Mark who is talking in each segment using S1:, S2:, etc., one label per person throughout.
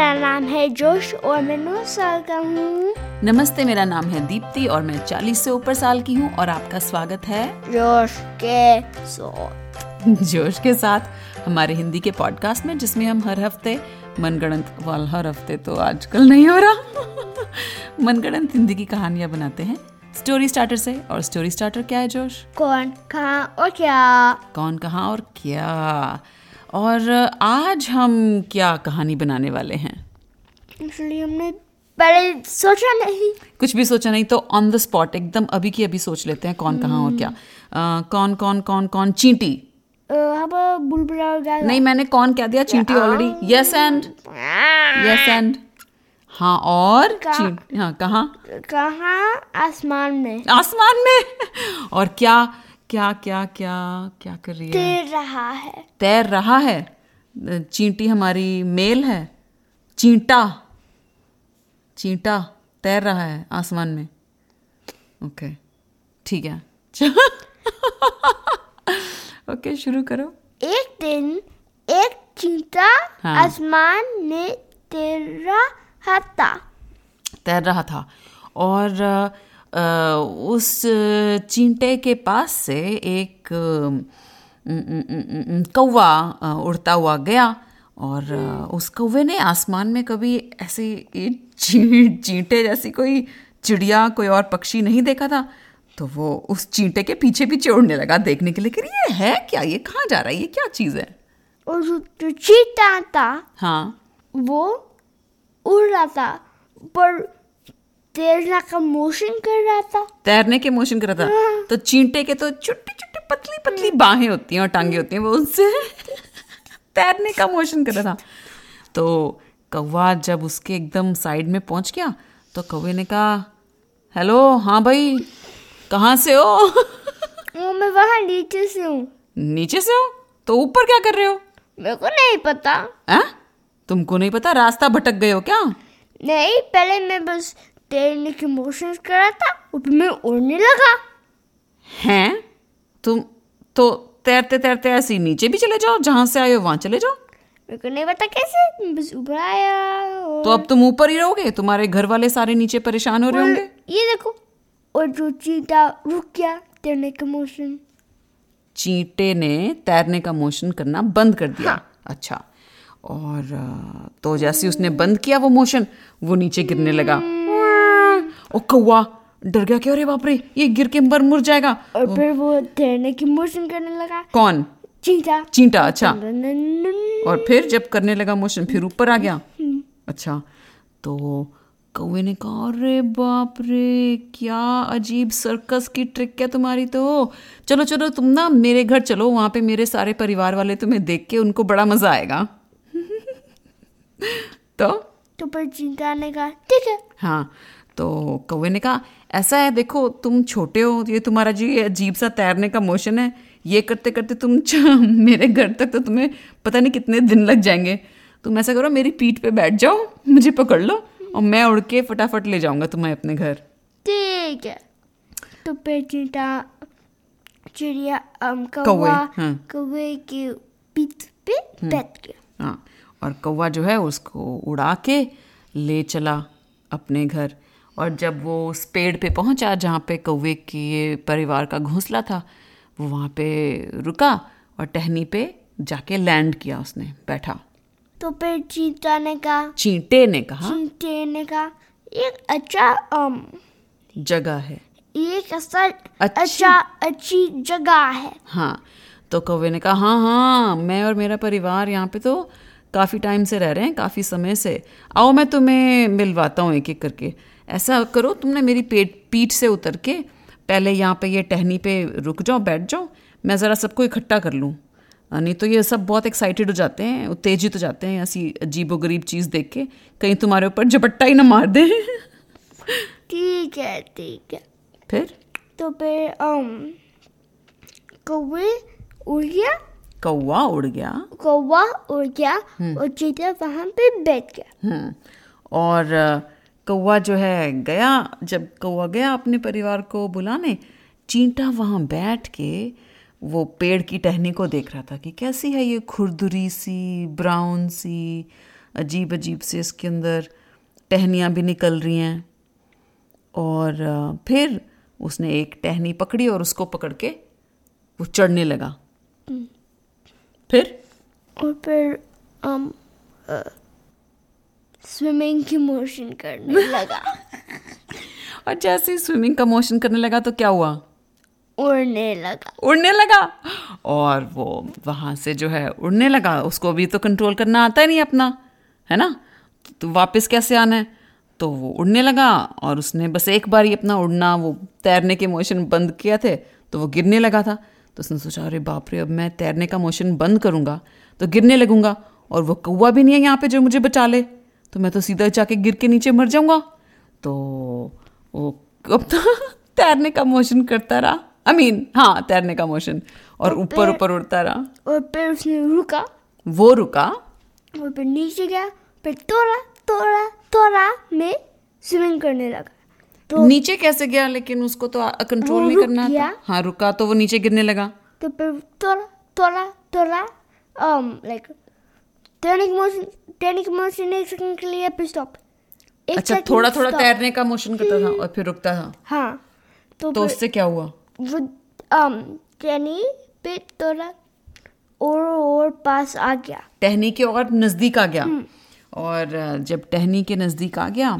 S1: मैं जोश और मैं नौ साल का हूँ
S2: नमस्ते मेरा नाम है दीप्ति और मैं 40 से ऊपर साल की हूँ और आपका स्वागत है
S1: जोश के सो
S2: जोश के साथ हमारे हिंदी के पॉडकास्ट में जिसमें हम हर हफ्ते मनगणंत वाल हर हफ्ते तो आजकल नहीं हो रहा मनगणंत हिंदी की कहानियाँ बनाते हैं स्टोरी स्टार्टर से और स्टोरी स्टार्टर क्या है जोश
S1: कौन कहाँ और क्या
S2: कौन कहाँ और क्या और आज हम क्या कहानी बनाने वाले हैं
S1: इसलिए हमने पहले सोचा नहीं
S2: कुछ भी सोचा नहीं तो ऑन द स्पॉट एकदम अभी की अभी सोच लेते हैं कौन कहाँ और क्या अ, कौन कौन कौन कौन चींटी
S1: अ, अब बुलबुला और गाय
S2: नहीं मैंने कौन कह दिया चींटी already yes and yes and हाँ और चींटी हाँ कहाँ
S1: कहाँ आसमान में
S2: आसमान में और क्या क्या क्या क्या क्या कर रही है
S1: तैर रहा है
S2: तैर रहा है चींटी हमारी मेल है चींटा चींटा तैर रहा है आसमान में ओके ठीक है ओके शुरू करो
S1: एक दिन एक चीता
S2: हाँ।
S1: आसमान में तैर रहा था
S2: तैर रहा था और अ, उस चींटे के पास से एक अ, न- न- न- न- कौवा अ, उड़ता हुआ गया और अ, उस कौवे ने आसमान में कभी ऐसी ये ची- चींटे जैसी कोई चिड़िया कोई और पक्षी नहीं देखा था तो वो उस चींटे के पीछे पीछे उड़ने लगा देखने के लिए कि ये है क्या ये कहाँ जा रहा है ये क्या चीज़ है
S1: और जो- जो चीता था
S2: हाँ
S1: वो उड़ रहा था पर तैरना का मोशन कर रहा था
S2: तैरने के मोशन कर रहा था तो चींटे के तो छोटी छोटी पतली पतली बाहें होती हैं और टांगे होती हैं वो उनसे तैरने का मोशन कर रहा था तो कौवा जब उसके एकदम साइड में पहुंच गया तो कौवे ने कहा हेलो हाँ भाई कहाँ से हो
S1: वो मैं वहाँ नीचे से हूँ
S2: नीचे से हो तो ऊपर क्या कर रहे हो
S1: मेरे को नहीं पता
S2: हैं तुमको नहीं पता रास्ता भटक गए हो क्या
S1: नहीं पहले मैं बस तैरने के मोशन कर रहा था ऊपर में उड़ने लगा
S2: हैं तुम तो तैरते तैरते ऐसे ही नीचे भी चले जाओ जहाँ से आए हो वहाँ चले जाओ
S1: मेरे को नहीं पता कैसे मैं बस ऊपर आया और
S2: तो अब तुम ऊपर ही रहोगे तुम्हारे घर वाले सारे नीचे परेशान हो रहे
S1: और
S2: होंगे
S1: ये देखो और जो चीता रुक गया तैरने के मोशन
S2: चींटे ने तैरने का मोशन करना बंद कर दिया अच्छा और अ, तो जैसे ही उसने बंद किया वो मोशन वो नीचे गिरने लगा ओ कौवा डर गया कि अरे बाप रे ये गिर के मर मुर जाएगा
S1: और फिर वो तैरने के मोशन करने लगा
S2: कौन
S1: चीता
S2: चींटा अच्छा
S1: नननन।
S2: और फिर जब करने लगा मोशन फिर ऊपर आ गया अच्छा तो कौवे ने कहा अरे बाप रे क्या अजीब सर्कस की ट्रिक है तुम्हारी तो चलो चलो तुम ना मेरे घर चलो वहाँ पे मेरे सारे परिवार वाले तुम्हें देख के उनको बड़ा मजा आएगा तो
S1: तो पर चीता ने कहा ठीक है
S2: हाँ तो कौवे ने कहा ऐसा है देखो तुम छोटे हो ये तुम्हारा जी ये अजीब सा तैरने का मोशन है ये करते करते तुम च- मेरे घर तक तो तुम्हें पता नहीं कितने दिन लग जाएंगे तुम ऐसा करो मेरी पीठ पे बैठ जाओ मुझे पकड़ लो और मैं उड़ के फटाफट ले जाऊंगा तुम्हें अपने घर
S1: ठीक है तो फिर चीता चिड़िया अम
S2: कौवे,
S1: कौवा
S2: हाँ।
S1: कौवे के पीठ पे बैठ गया
S2: हाँ और कौवा जो है उसको उड़ा के ले चला अपने घर और जब वो उस पेड़ पे पहुंचा जहाँ पे कौवे के ये परिवार का घोंसला था वो वहाँ पे रुका और टहनी पे जाके लैंड किया उसने बैठा
S1: तो फिर चीता ने कहा
S2: चींटे ने कहा
S1: चीते ने कहा एक अच्छा अम
S2: जगह है
S1: एक ऐसा
S2: अच्छी-
S1: अच्छा अच्छी जगह है
S2: हाँ तो कौवे ने कहा हाँ हाँ मैं और मेरा परिवार यहाँ पे तो काफ़ी टाइम से रह रहे हैं काफ़ी समय से आओ मैं तुम्हें मिलवाता हूँ एक एक करके ऐसा करो तुमने मेरी पेट पीठ से उतर के पहले यहाँ पे ये टहनी पे रुक जाओ बैठ जाओ मैं ज़रा सबको इकट्ठा कर लूँ नहीं तो ये सब बहुत एक्साइटेड हो जाते हैं उत्तेजित हो जाते हैं ऐसी अजीबोगरीब चीज़ देख के कहीं तुम्हारे ऊपर झपट्टा ही ना मार दे
S1: ठीक है ठीक है
S2: फिर
S1: तो फिर अम कौवे उड़ गया
S2: कौवा उड़ गया
S1: कौवा उड़ गया
S2: हाँ।
S1: और चीता वहाँ पे बैठ गया
S2: हम्म, और अ, कौवा जो है गया जब कौवा गया अपने परिवार को बुलाने चींटा वहाँ बैठ के वो पेड़ की टहनी को देख रहा था कि कैसी है ये खुरदुरी सी ब्राउन सी अजीब अजीब से इसके अंदर टहनियाँ भी निकल रही हैं और अ, फिर उसने एक टहनी पकड़ी और उसको पकड़ के वो चढ़ने लगा हम्म। फिर
S1: और फिर हम स्विमिंग की मोशन करने लगा
S2: और जैसे ही स्विमिंग का मोशन करने लगा तो क्या हुआ
S1: उड़ने लगा
S2: उड़ने लगा और वो वहाँ से जो है उड़ने लगा उसको भी तो कंट्रोल करना आता ही नहीं अपना है ना तो वापस कैसे आना है तो वो उड़ने लगा और उसने बस एक बार ही अपना उड़ना वो तैरने के मोशन बंद किया थे तो वो गिरने लगा था तो उसने सोचा अरे बाप रे अब मैं तैरने का मोशन बंद करूँगा तो गिरने लगूंगा और वो कौवा भी नहीं है यहाँ पे जो मुझे बचा ले तो मैं तो सीधा जाके गिर के नीचे मर जाऊंगा तो वो अपना तैरने का मोशन करता रहा आई मीन हाँ तैरने का मोशन और
S1: तो
S2: ऊपर ऊपर उड़ता रहा
S1: और फिर उसने रुका
S2: वो रुका
S1: और फिर नीचे गया फिर थोड़ा थोड़ा थोड़ा में स्विमिंग करने लगा
S2: नीचे कैसे गया लेकिन उसको तो कंट्रोल
S1: तो वो
S2: नहीं
S1: रुक
S2: करना
S1: गया।
S2: था हाँ रुका तो वो नीचे गिरने लगा
S1: तो फिर थोड़ा थोड़ा थोड़ा um like turning motion turning motion एक सेकंड के लिए फिर स्टॉप
S2: अच्छा थोड़ा थोड़ा तैरने का मोशन करता था और फिर रुकता था
S1: हाँ तो,
S2: तो
S1: फिर
S2: उससे क्या हुआ
S1: वो um टर्निंग पे थोड़ा और और पास आ गया
S2: टहनी के और नज़दीक आ गया और अ, जब टहनी के नज़दीक आ गया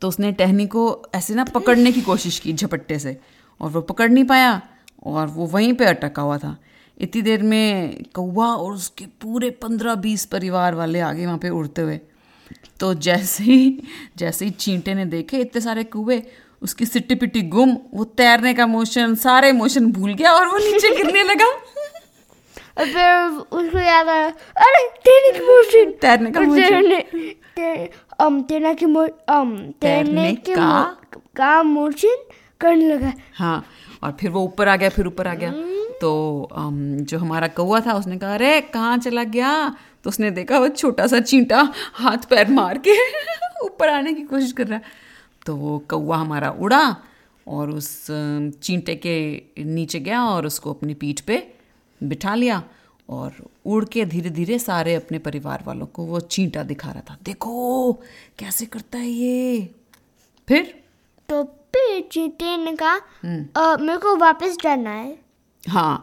S2: तो उसने टहनी को ऐसे ना पकड़ने की कोशिश की झपट्टे से और वो पकड़ नहीं पाया और वो वहीं पे अटका हुआ था इतनी देर में कौवा और उसके पूरे पंद्रह बीस परिवार वाले आगे वहाँ पे उड़ते हुए तो जैसे ही जैसे ही चींटे ने देखे इतने सारे कौवे उसकी सिट्टी पिट्टी गुम वो तैरने का मोशन सारे मोशन भूल गया और वो नीचे गिरने लगा
S1: और फिर उसको याद आया अरे टर्निंग मोशन
S2: तैरने का
S1: और
S2: motion।
S1: तैरने तैर- um तैरना की मो um तैरने
S2: तैरने
S1: के
S2: का-
S1: मो- का मोशन करने लगा
S2: हाँ और फिर वो ऊपर आ गया फिर ऊपर आ गया तो अम, जो हमारा कौवा था उसने कहा अरे कहाँ चला गया तो उसने देखा वो छोटा सा चींटा हाथ पैर मार के ऊपर आने की कोशिश कर रहा है तो वो कौवा हमारा उड़ा और उस अम, चींटे के नीचे गया और उसको अपनी पीठ पे बिठा लिया और उड़ के धीरे धीरे सारे अपने परिवार वालों को वो चींटा दिखा रहा था देखो कैसे करता है ये फिर
S1: तो फिर चींटे ने कहा "अ, मेरे को वापस जाना है
S2: हाँ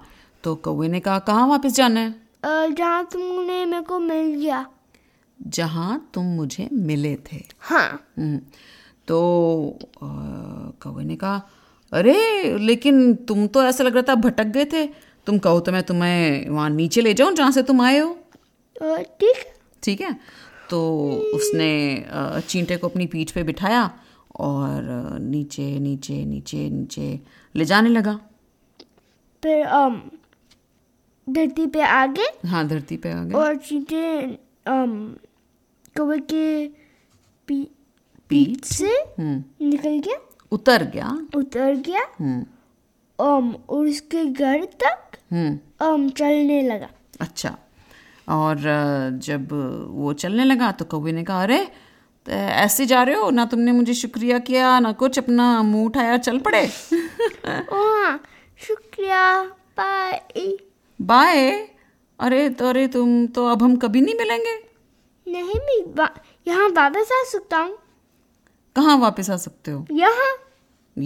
S2: तो कौवे ने कहा कहाँ वापस जाना है
S1: अ, जहाँ तुमने मेरे को मिल गया
S2: जहाँ तुम मुझे मिले थे
S1: हाँ
S2: हम्म, तो अ, कौवे ने कहा अरे लेकिन तुम तो ऐसा लग रहा था भटक गए थे तुम कहो तो मैं तुम्हें वहाँ नीचे ले जाऊँ जहाँ से तुम आए हो
S1: अ, ठीक है।
S2: ठीक है तो उसने अ, चींटे को अपनी पीठ पे बिठाया और अ, नीचे नीचे नीचे नीचे ले जाने लगा
S1: फिर अम धरती पे आ गए
S2: हाँ धरती पे आ गया
S1: और चींटे अम कौवे के पी-
S2: पीठ
S1: से
S2: हम्म,
S1: निकल गया
S2: उतर गया
S1: उतर गया
S2: हम्म
S1: अम और उसके घर तक
S2: हम्म
S1: अम चलने लगा
S2: अच्छा और अ, जब वो चलने लगा तो कौवे ने कहा अरे त- ऐसे जा रहे हो ना तुमने मुझे शुक्रिया किया ना कुछ अपना मुंह उठाया चल पड़े
S1: ओ हाँ शुक्रिया बाय
S2: बाय अरे तो अरे तुम तो अब हम कभी नहीं मिलेंगे
S1: नहीं मैं वा- यहाँ वापस आ सकता हूँ
S2: कहाँ वापस आ सकते हो
S1: यहाँ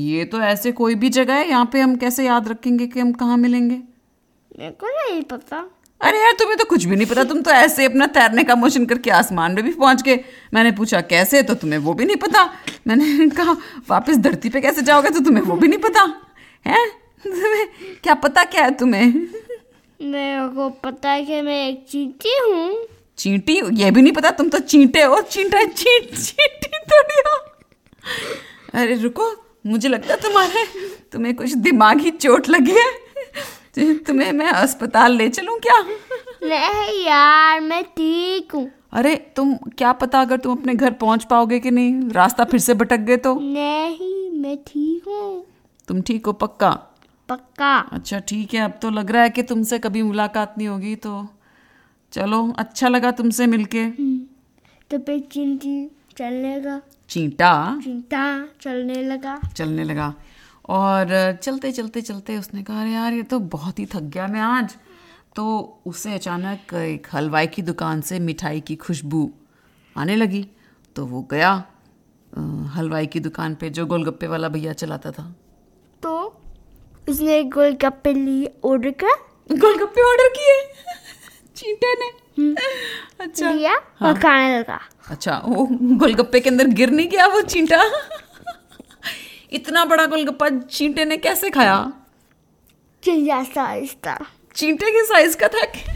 S2: ये तो ऐसे कोई भी जगह है यहाँ पे हम कैसे याद रखेंगे कि हम कहाँ मिलेंगे
S1: मेरे को नहीं पता
S2: अरे यार तुम्हें तो कुछ भी नहीं पता तुम तो ऐसे अपना तैरने का मोशन करके आसमान में भी पहुंच गए मैंने पूछा कैसे तो तुम्हें वो भी नहीं पता मैंने कहा वापस धरती पे कैसे जाओगे तो तुम्हें वो भी नहीं पता है तुम्हें क्या पता क्या है तुम्हें
S1: मेरे को पता है कि मैं एक चींटी हूँ
S2: चींटी ये भी नहीं पता तुम तो चींटे हो चींटा चींट चींटी थोड़ी हो अरे रुको मुझे लगता है तुम्हारे तुम्हें कुछ दिमागी चोट लगी है तुम्हें मैं अस्पताल ले चलूं क्या
S1: नहीं यार मैं ठीक हूँ
S2: अरे तुम क्या पता अगर तुम अपने घर पहुंच पाओगे कि नहीं रास्ता फिर से भटक गए तो
S1: नहीं मैं ठीक हूँ
S2: तुम ठीक हो पक्का
S1: पक्का
S2: अच्छा ठीक है अब तो लग रहा है कि तुमसे कभी मुलाकात नहीं होगी तो चलो अच्छा लगा तुमसे मिलके
S1: तो फिर चींटी चलने लगा
S2: चींटा
S1: चिंता चलने लगा
S2: चलने लगा और चलते चलते चलते उसने कहा अरे यार ये तो बहुत ही थक गया मैं आज तो उसे अचानक एक हलवाई की दुकान से मिठाई की खुशबू आने लगी तो वो गया अ, हलवाई की दुकान पे जो गोलगप्पे वाला भैया चलाता था
S1: तो उसने एक गोलगप्पे लिए ऑर्डर कर
S2: गोलगप्पे ऑर्डर किए चींटे ने अच्छा
S1: लिया और खाने लगा
S2: अच्छा वो गोलगप्पे के अंदर गिर नहीं गया वो चींटा इतना बड़ा गोलगप्पा चींटे ने कैसे खाया
S1: चिड़िया साइज था
S2: चींटे के साइज का था क्या?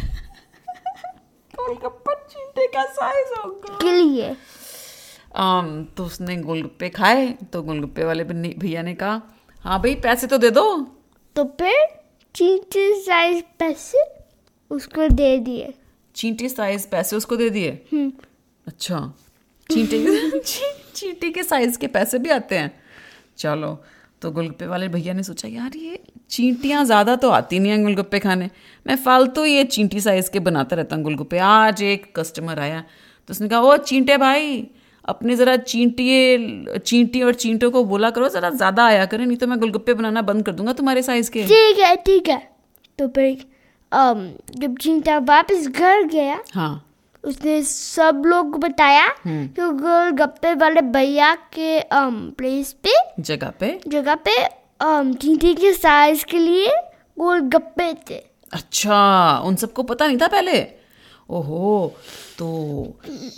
S2: गोलगप्पा चींटे का साइज होगा
S1: के लिए
S2: आम, तो उसने गोलगप्पे खाए तो गोलगप्पे वाले बन्नी- भैया ने कहा हाँ भाई पैसे तो दे दो
S1: तो फिर चींटी साइज पैसे उसको दे दिए
S2: चींटे साइज पैसे उसको दे दिए
S1: हम्म,
S2: अच्छा चींटे ची, चींटे के साइज के पैसे भी आते हैं चलो तो गोलगप्पे वाले भैया ने सोचा यार ये चींटियाँ ज़्यादा तो आती नहीं हैं गोलगप्पे खाने मैं फालतू ये चींटी साइज के बनाता रहता हूँ गोलगप्पे आज एक कस्टमर आया तो उसने कहा ओ चींटे भाई अपने ज़रा चींटिए चींटी और चींटों को बोला करो ज़रा ज़्यादा आया करें नहीं तो मैं गोलगप्पे बनाना बंद कर दूंगा तुम्हारे साइज़ के
S1: ठीक है ठीक है तो फिर अम, जब चिंता वापस घर गया
S2: हाँ
S1: उसने सब लोग को बताया कि गोलगप्पे वाले भैया के अम, प्लेस पे
S2: जगह पे
S1: जगह पे अम, चींटी के साइज के लिए गोलगप्पे थे
S2: अच्छा उन सबको पता नहीं था पहले ओहो तो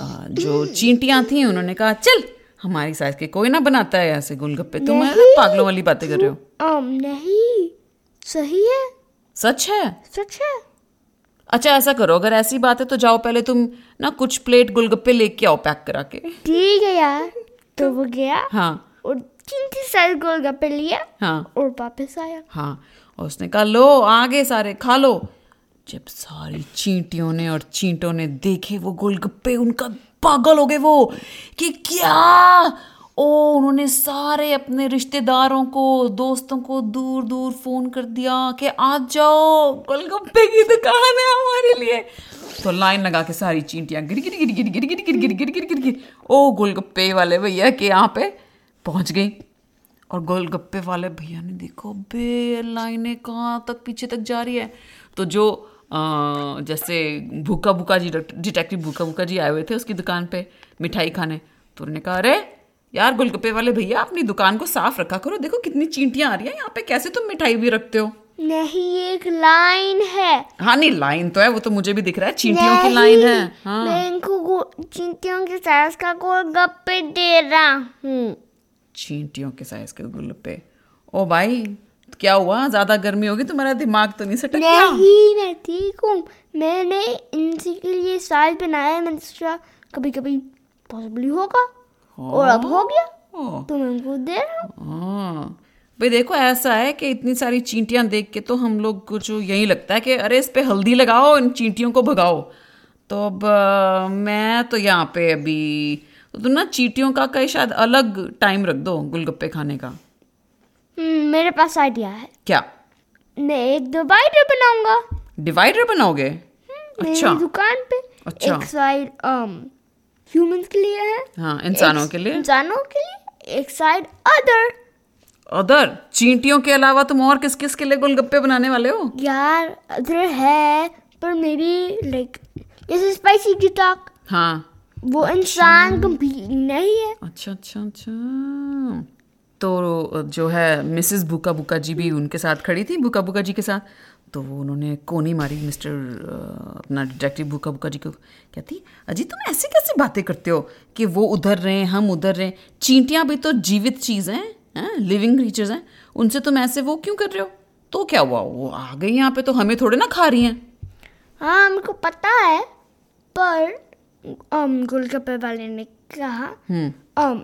S2: आ, जो चींटियां थी उन्होंने कहा चल हमारी साइज के कोई ना बनाता है ऐसे गोलगप्पे तुम ऐसे पागलों वाली बातें कर रहे हो
S1: अम, नहीं सही है
S2: सच है
S1: सच है
S2: अच्छा ऐसा करो अगर ऐसी बात है तो जाओ पहले तुम ना कुछ प्लेट गोलगप्पे लेके आओ पैक करा के
S1: ठीक है यार तो वो गया
S2: हाँ
S1: और चींटी साइज गोलगप्पे लिया
S2: हाँ
S1: और वापस आया
S2: हाँ और उसने कहा लो आगे सारे खा लो जब सारी चींटियों ने और चींटों ने देखे वो गोलगप्पे उनका पागल हो गए वो कि क्या ओ उन्होंने सारे अपने रिश्तेदारों को दोस्तों को दूर दूर फोन कर दिया कि आज जाओ गोलगप्पे की दुकान है हमारे लिए तो लाइन लगा के सारी चींटियां गिर गिर गिर गिर गिर गिर गिर गिर गिर गिर गिर गिर ओ गोलगप्पे वाले भैया के यहाँ पे पहुंच गई और गोलगप्पे वाले भैया ने देखो बे लाइनें कहाँ तक पीछे तक जा रही है तो जो अ, जैसे भूखा भूखा जी डिटेक्टिव भूखा भूखा जी आए हुए थे उसकी दुकान पे मिठाई खाने तो उन्होंने कहा अरे यार गोलगप्पे वाले भैया अपनी दुकान को साफ रखा करो देखो कितनी चींटियां आ रही हैं यहाँ पे कैसे तुम मिठाई भी रखते हो
S1: नहीं एक लाइन है
S2: हाँ नहीं लाइन तो है वो तो मुझे भी दिख रहा है चींटियों की लाइन है
S1: नहीं,
S2: हाँ
S1: मैं इनको गो- चींटियों के सास का गोलगप्पे दे रहा हूँ
S2: चींटियों के साइज के गोलगप्पे ओ भाई क्या हुआ ज्यादा गर्मी होगी तुम्हारा दिमाग तो नहीं सटक गया
S1: नहीं मैं ठीक हूँ मैंने इनसे के लिए साज बनाया है मैंने सोचा कभी कभी पॉसिबली होगा और अब
S2: हाँ।
S1: हो गया
S2: ओ,
S1: तो मैं उनको दे रहा हूँ
S2: हाँ भाई देखो ऐसा है कि इतनी सारी चींटियां देख के तो हम लोग को जो यही लगता है कि अरे इस पे हल्दी लगाओ इन चींटियों को भगाओ तो अब अ, मैं तो यहाँ पे अभी तो तुम ना चींटियों का कहीं शायद अलग टाइम रख दो गोलगप्पे खाने का
S1: हम्म, मेरे पास आइडिया है
S2: क्या
S1: मैं एक डिवाइडर बनाऊंगा
S2: डिवाइडर बनाओगे अच्छा
S1: मेरी दुकान पे
S2: अच्छा।
S1: एक साइड ह्यूमंस के लिए है
S2: हाँ इंसानों
S1: एक-
S2: के लिए
S1: इंसानों के लिए एक साइड अदर
S2: अदर चींटियों के अलावा तुम और किस किस के लिए गोलगप्पे बनाने वाले हो
S1: यार अदर है पर मेरी लाइक जैसे स्पाइसी टिकटॉक
S2: हाँ
S1: वो इंसान कंप्लीट नहीं है
S2: अच्छा अच्छा अच्छा तो जो है मिसेस बुका बुका जी भी उनके साथ खड़ी थी बुका बुका जी के साथ तो वो उन्होंने कोनी मारी मिस्टर अ, अपना डिटेक्टिव बुका बुका जी को कहती अजी तुम ऐसे कैसे बातें करते हो कि वो उधर रहे हैं हम उधर रहे हैं चींटियां भी तो जीवित चीज़ हैं हैं लिविंग क्रीचर्स हैं उनसे तुम ऐसे वो क्यों कर रहे हो तो क्या हुआ वो आ गई यहाँ पे तो हमें थोड़े ना खा रही हैं
S1: हाँ हमको पता है पर um, गोलगप्पे वाले ने कहा
S2: हम्म
S1: um,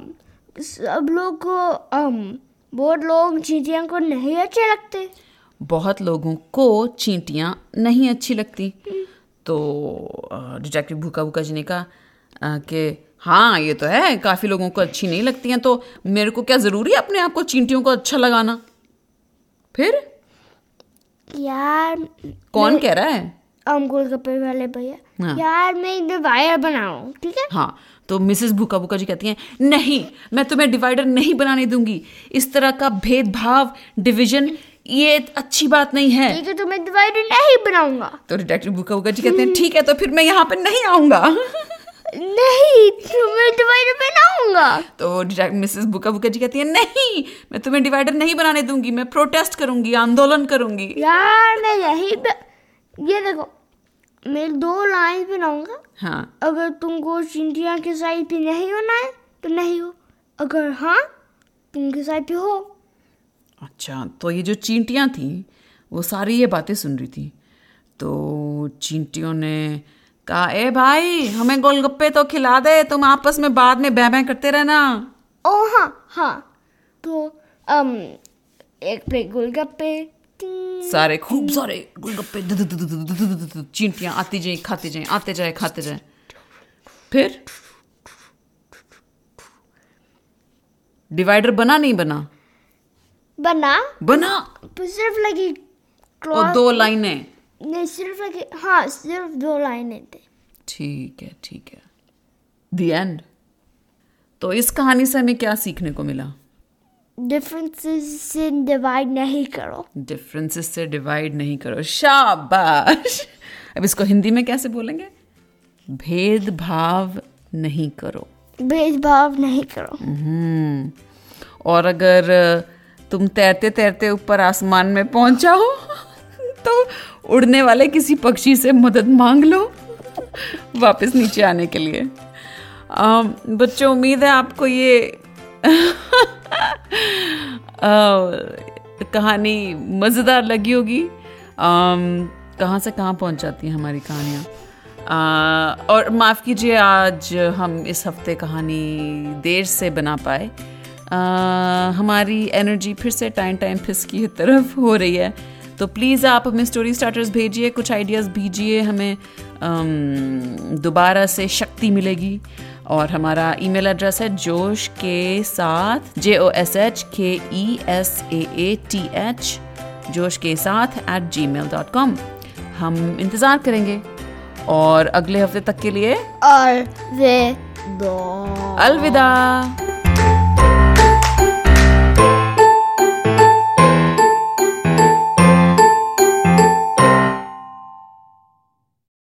S1: सब लोग को um, बहुत लोग चीटियाँ को नहीं अच्छे लगते
S2: बहुत लोगों को चींटियां नहीं अच्छी लगती तो डिटेक्टिव भूखा भूखा जी ने कहा अ, कि हाँ ये तो है काफ़ी लोगों को अच्छी नहीं लगती हैं तो मेरे को क्या ज़रूरी है अपने आप को चींटियों को अच्छा लगाना फिर
S1: यार
S2: कौन कह रहा है
S1: um, गोलगप्पे वाले भैया
S2: हाँ।
S1: यार मैं एक डिवाइडर बनाऊँ ठीक है
S2: हाँ तो मिसेस भूखा भूखा जी कहती हैं नहीं मैं तुम्हें डिवाइडर नहीं बनाने दूंगी इस तरह का भेदभाव डिवीजन ये अच्छी बात नहीं है
S1: ठीक है तो मैं डिवाइडर नहीं बनाऊंगा
S2: तो डिटेक्टिव बुकाउका जी कहते हैं ठीक है तो फिर मैं यहाँ पे नहीं आऊंगा
S1: नहीं तो मैं डिवाइडर बनाऊंगा
S2: तो डिटेक्ट मिसेस बुका बुका जी कहती है नहीं मैं तुम्हें डिवाइडर नहीं बनाने दूंगी मैं प्रोटेस्ट करूंगी आंदोलन करूंगी
S1: यार मैं यही ब... ये देखो मैं दो लाइन बनाऊंगा
S2: हाँ
S1: अगर तुमको चिंटिया के साइड पे नहीं होना है तो नहीं हो अगर हाँ तुमके साइड पे हो
S2: अच्छा तो ये जो चींटियाँ थीं वो सारी ये बातें सुन रही थी तो चींटियों ने कहा ए भाई हमें गोलगप्पे तो खिला दे तुम आपस में बाद में बह बह करते रहना
S1: ओ हाँ हाँ तो अम एक प्लेट गोलगप्पे टिंग,
S2: सारे खूब सारे गोलगप्पे द- द- द- द- द- द- द- द- चींटियाँ आती जाएं खाती जाएं आते जाएं खाते जाएं फिर डिवाइडर बना नहीं बना
S1: बना
S2: बना
S1: पर सिर्फ लगी
S2: और
S1: क्लॉथ
S2: दो लाइनें
S1: नहीं सिर्फ लगी हाँ सिर्फ दो लाइनें थे
S2: ठीक है ठीक है दी एंड तो इस कहानी से हमें क्या सीखने को मिला
S1: डिफरेंसेस से डिवाइड नहीं करो
S2: डिफरेंसेस से डिवाइड नहीं करो शाबाश अब इसको हिंदी में कैसे बोलेंगे भेदभाव नहीं करो
S1: भेदभाव नहीं करो
S2: हम्म और अगर तुम तैरते तैरते ऊपर आसमान में पहुंचा हो तो उड़ने वाले किसी पक्षी से मदद मांग लो वापस नीचे आने के लिए अम, बच्चों उम्मीद है आपको ये अ, कहानी मज़ेदार लगी होगी अम, कहाँ से कहाँ पहुँच जाती हैं हमारी कहानियाँ अ, और माफ़ कीजिए आज हम इस हफ्ते कहानी देर से बना पाए अ, हमारी एनर्जी फिर से टाइम टाइम फिसकी तरफ हो रही है तो प्लीज़ आप हमें स्टोरी स्टार्टर्स भेजिए कुछ आइडियाज़ भेजिए हमें अम, दोबारा से शक्ति मिलेगी और हमारा ईमेल एड्रेस है जोश के साथ J O S H K E S A A T H जोश के साथ at Gmail dot com हम इंतज़ार करेंगे और अगले हफ्ते तक के लिए
S1: और वे दो
S2: अलविदा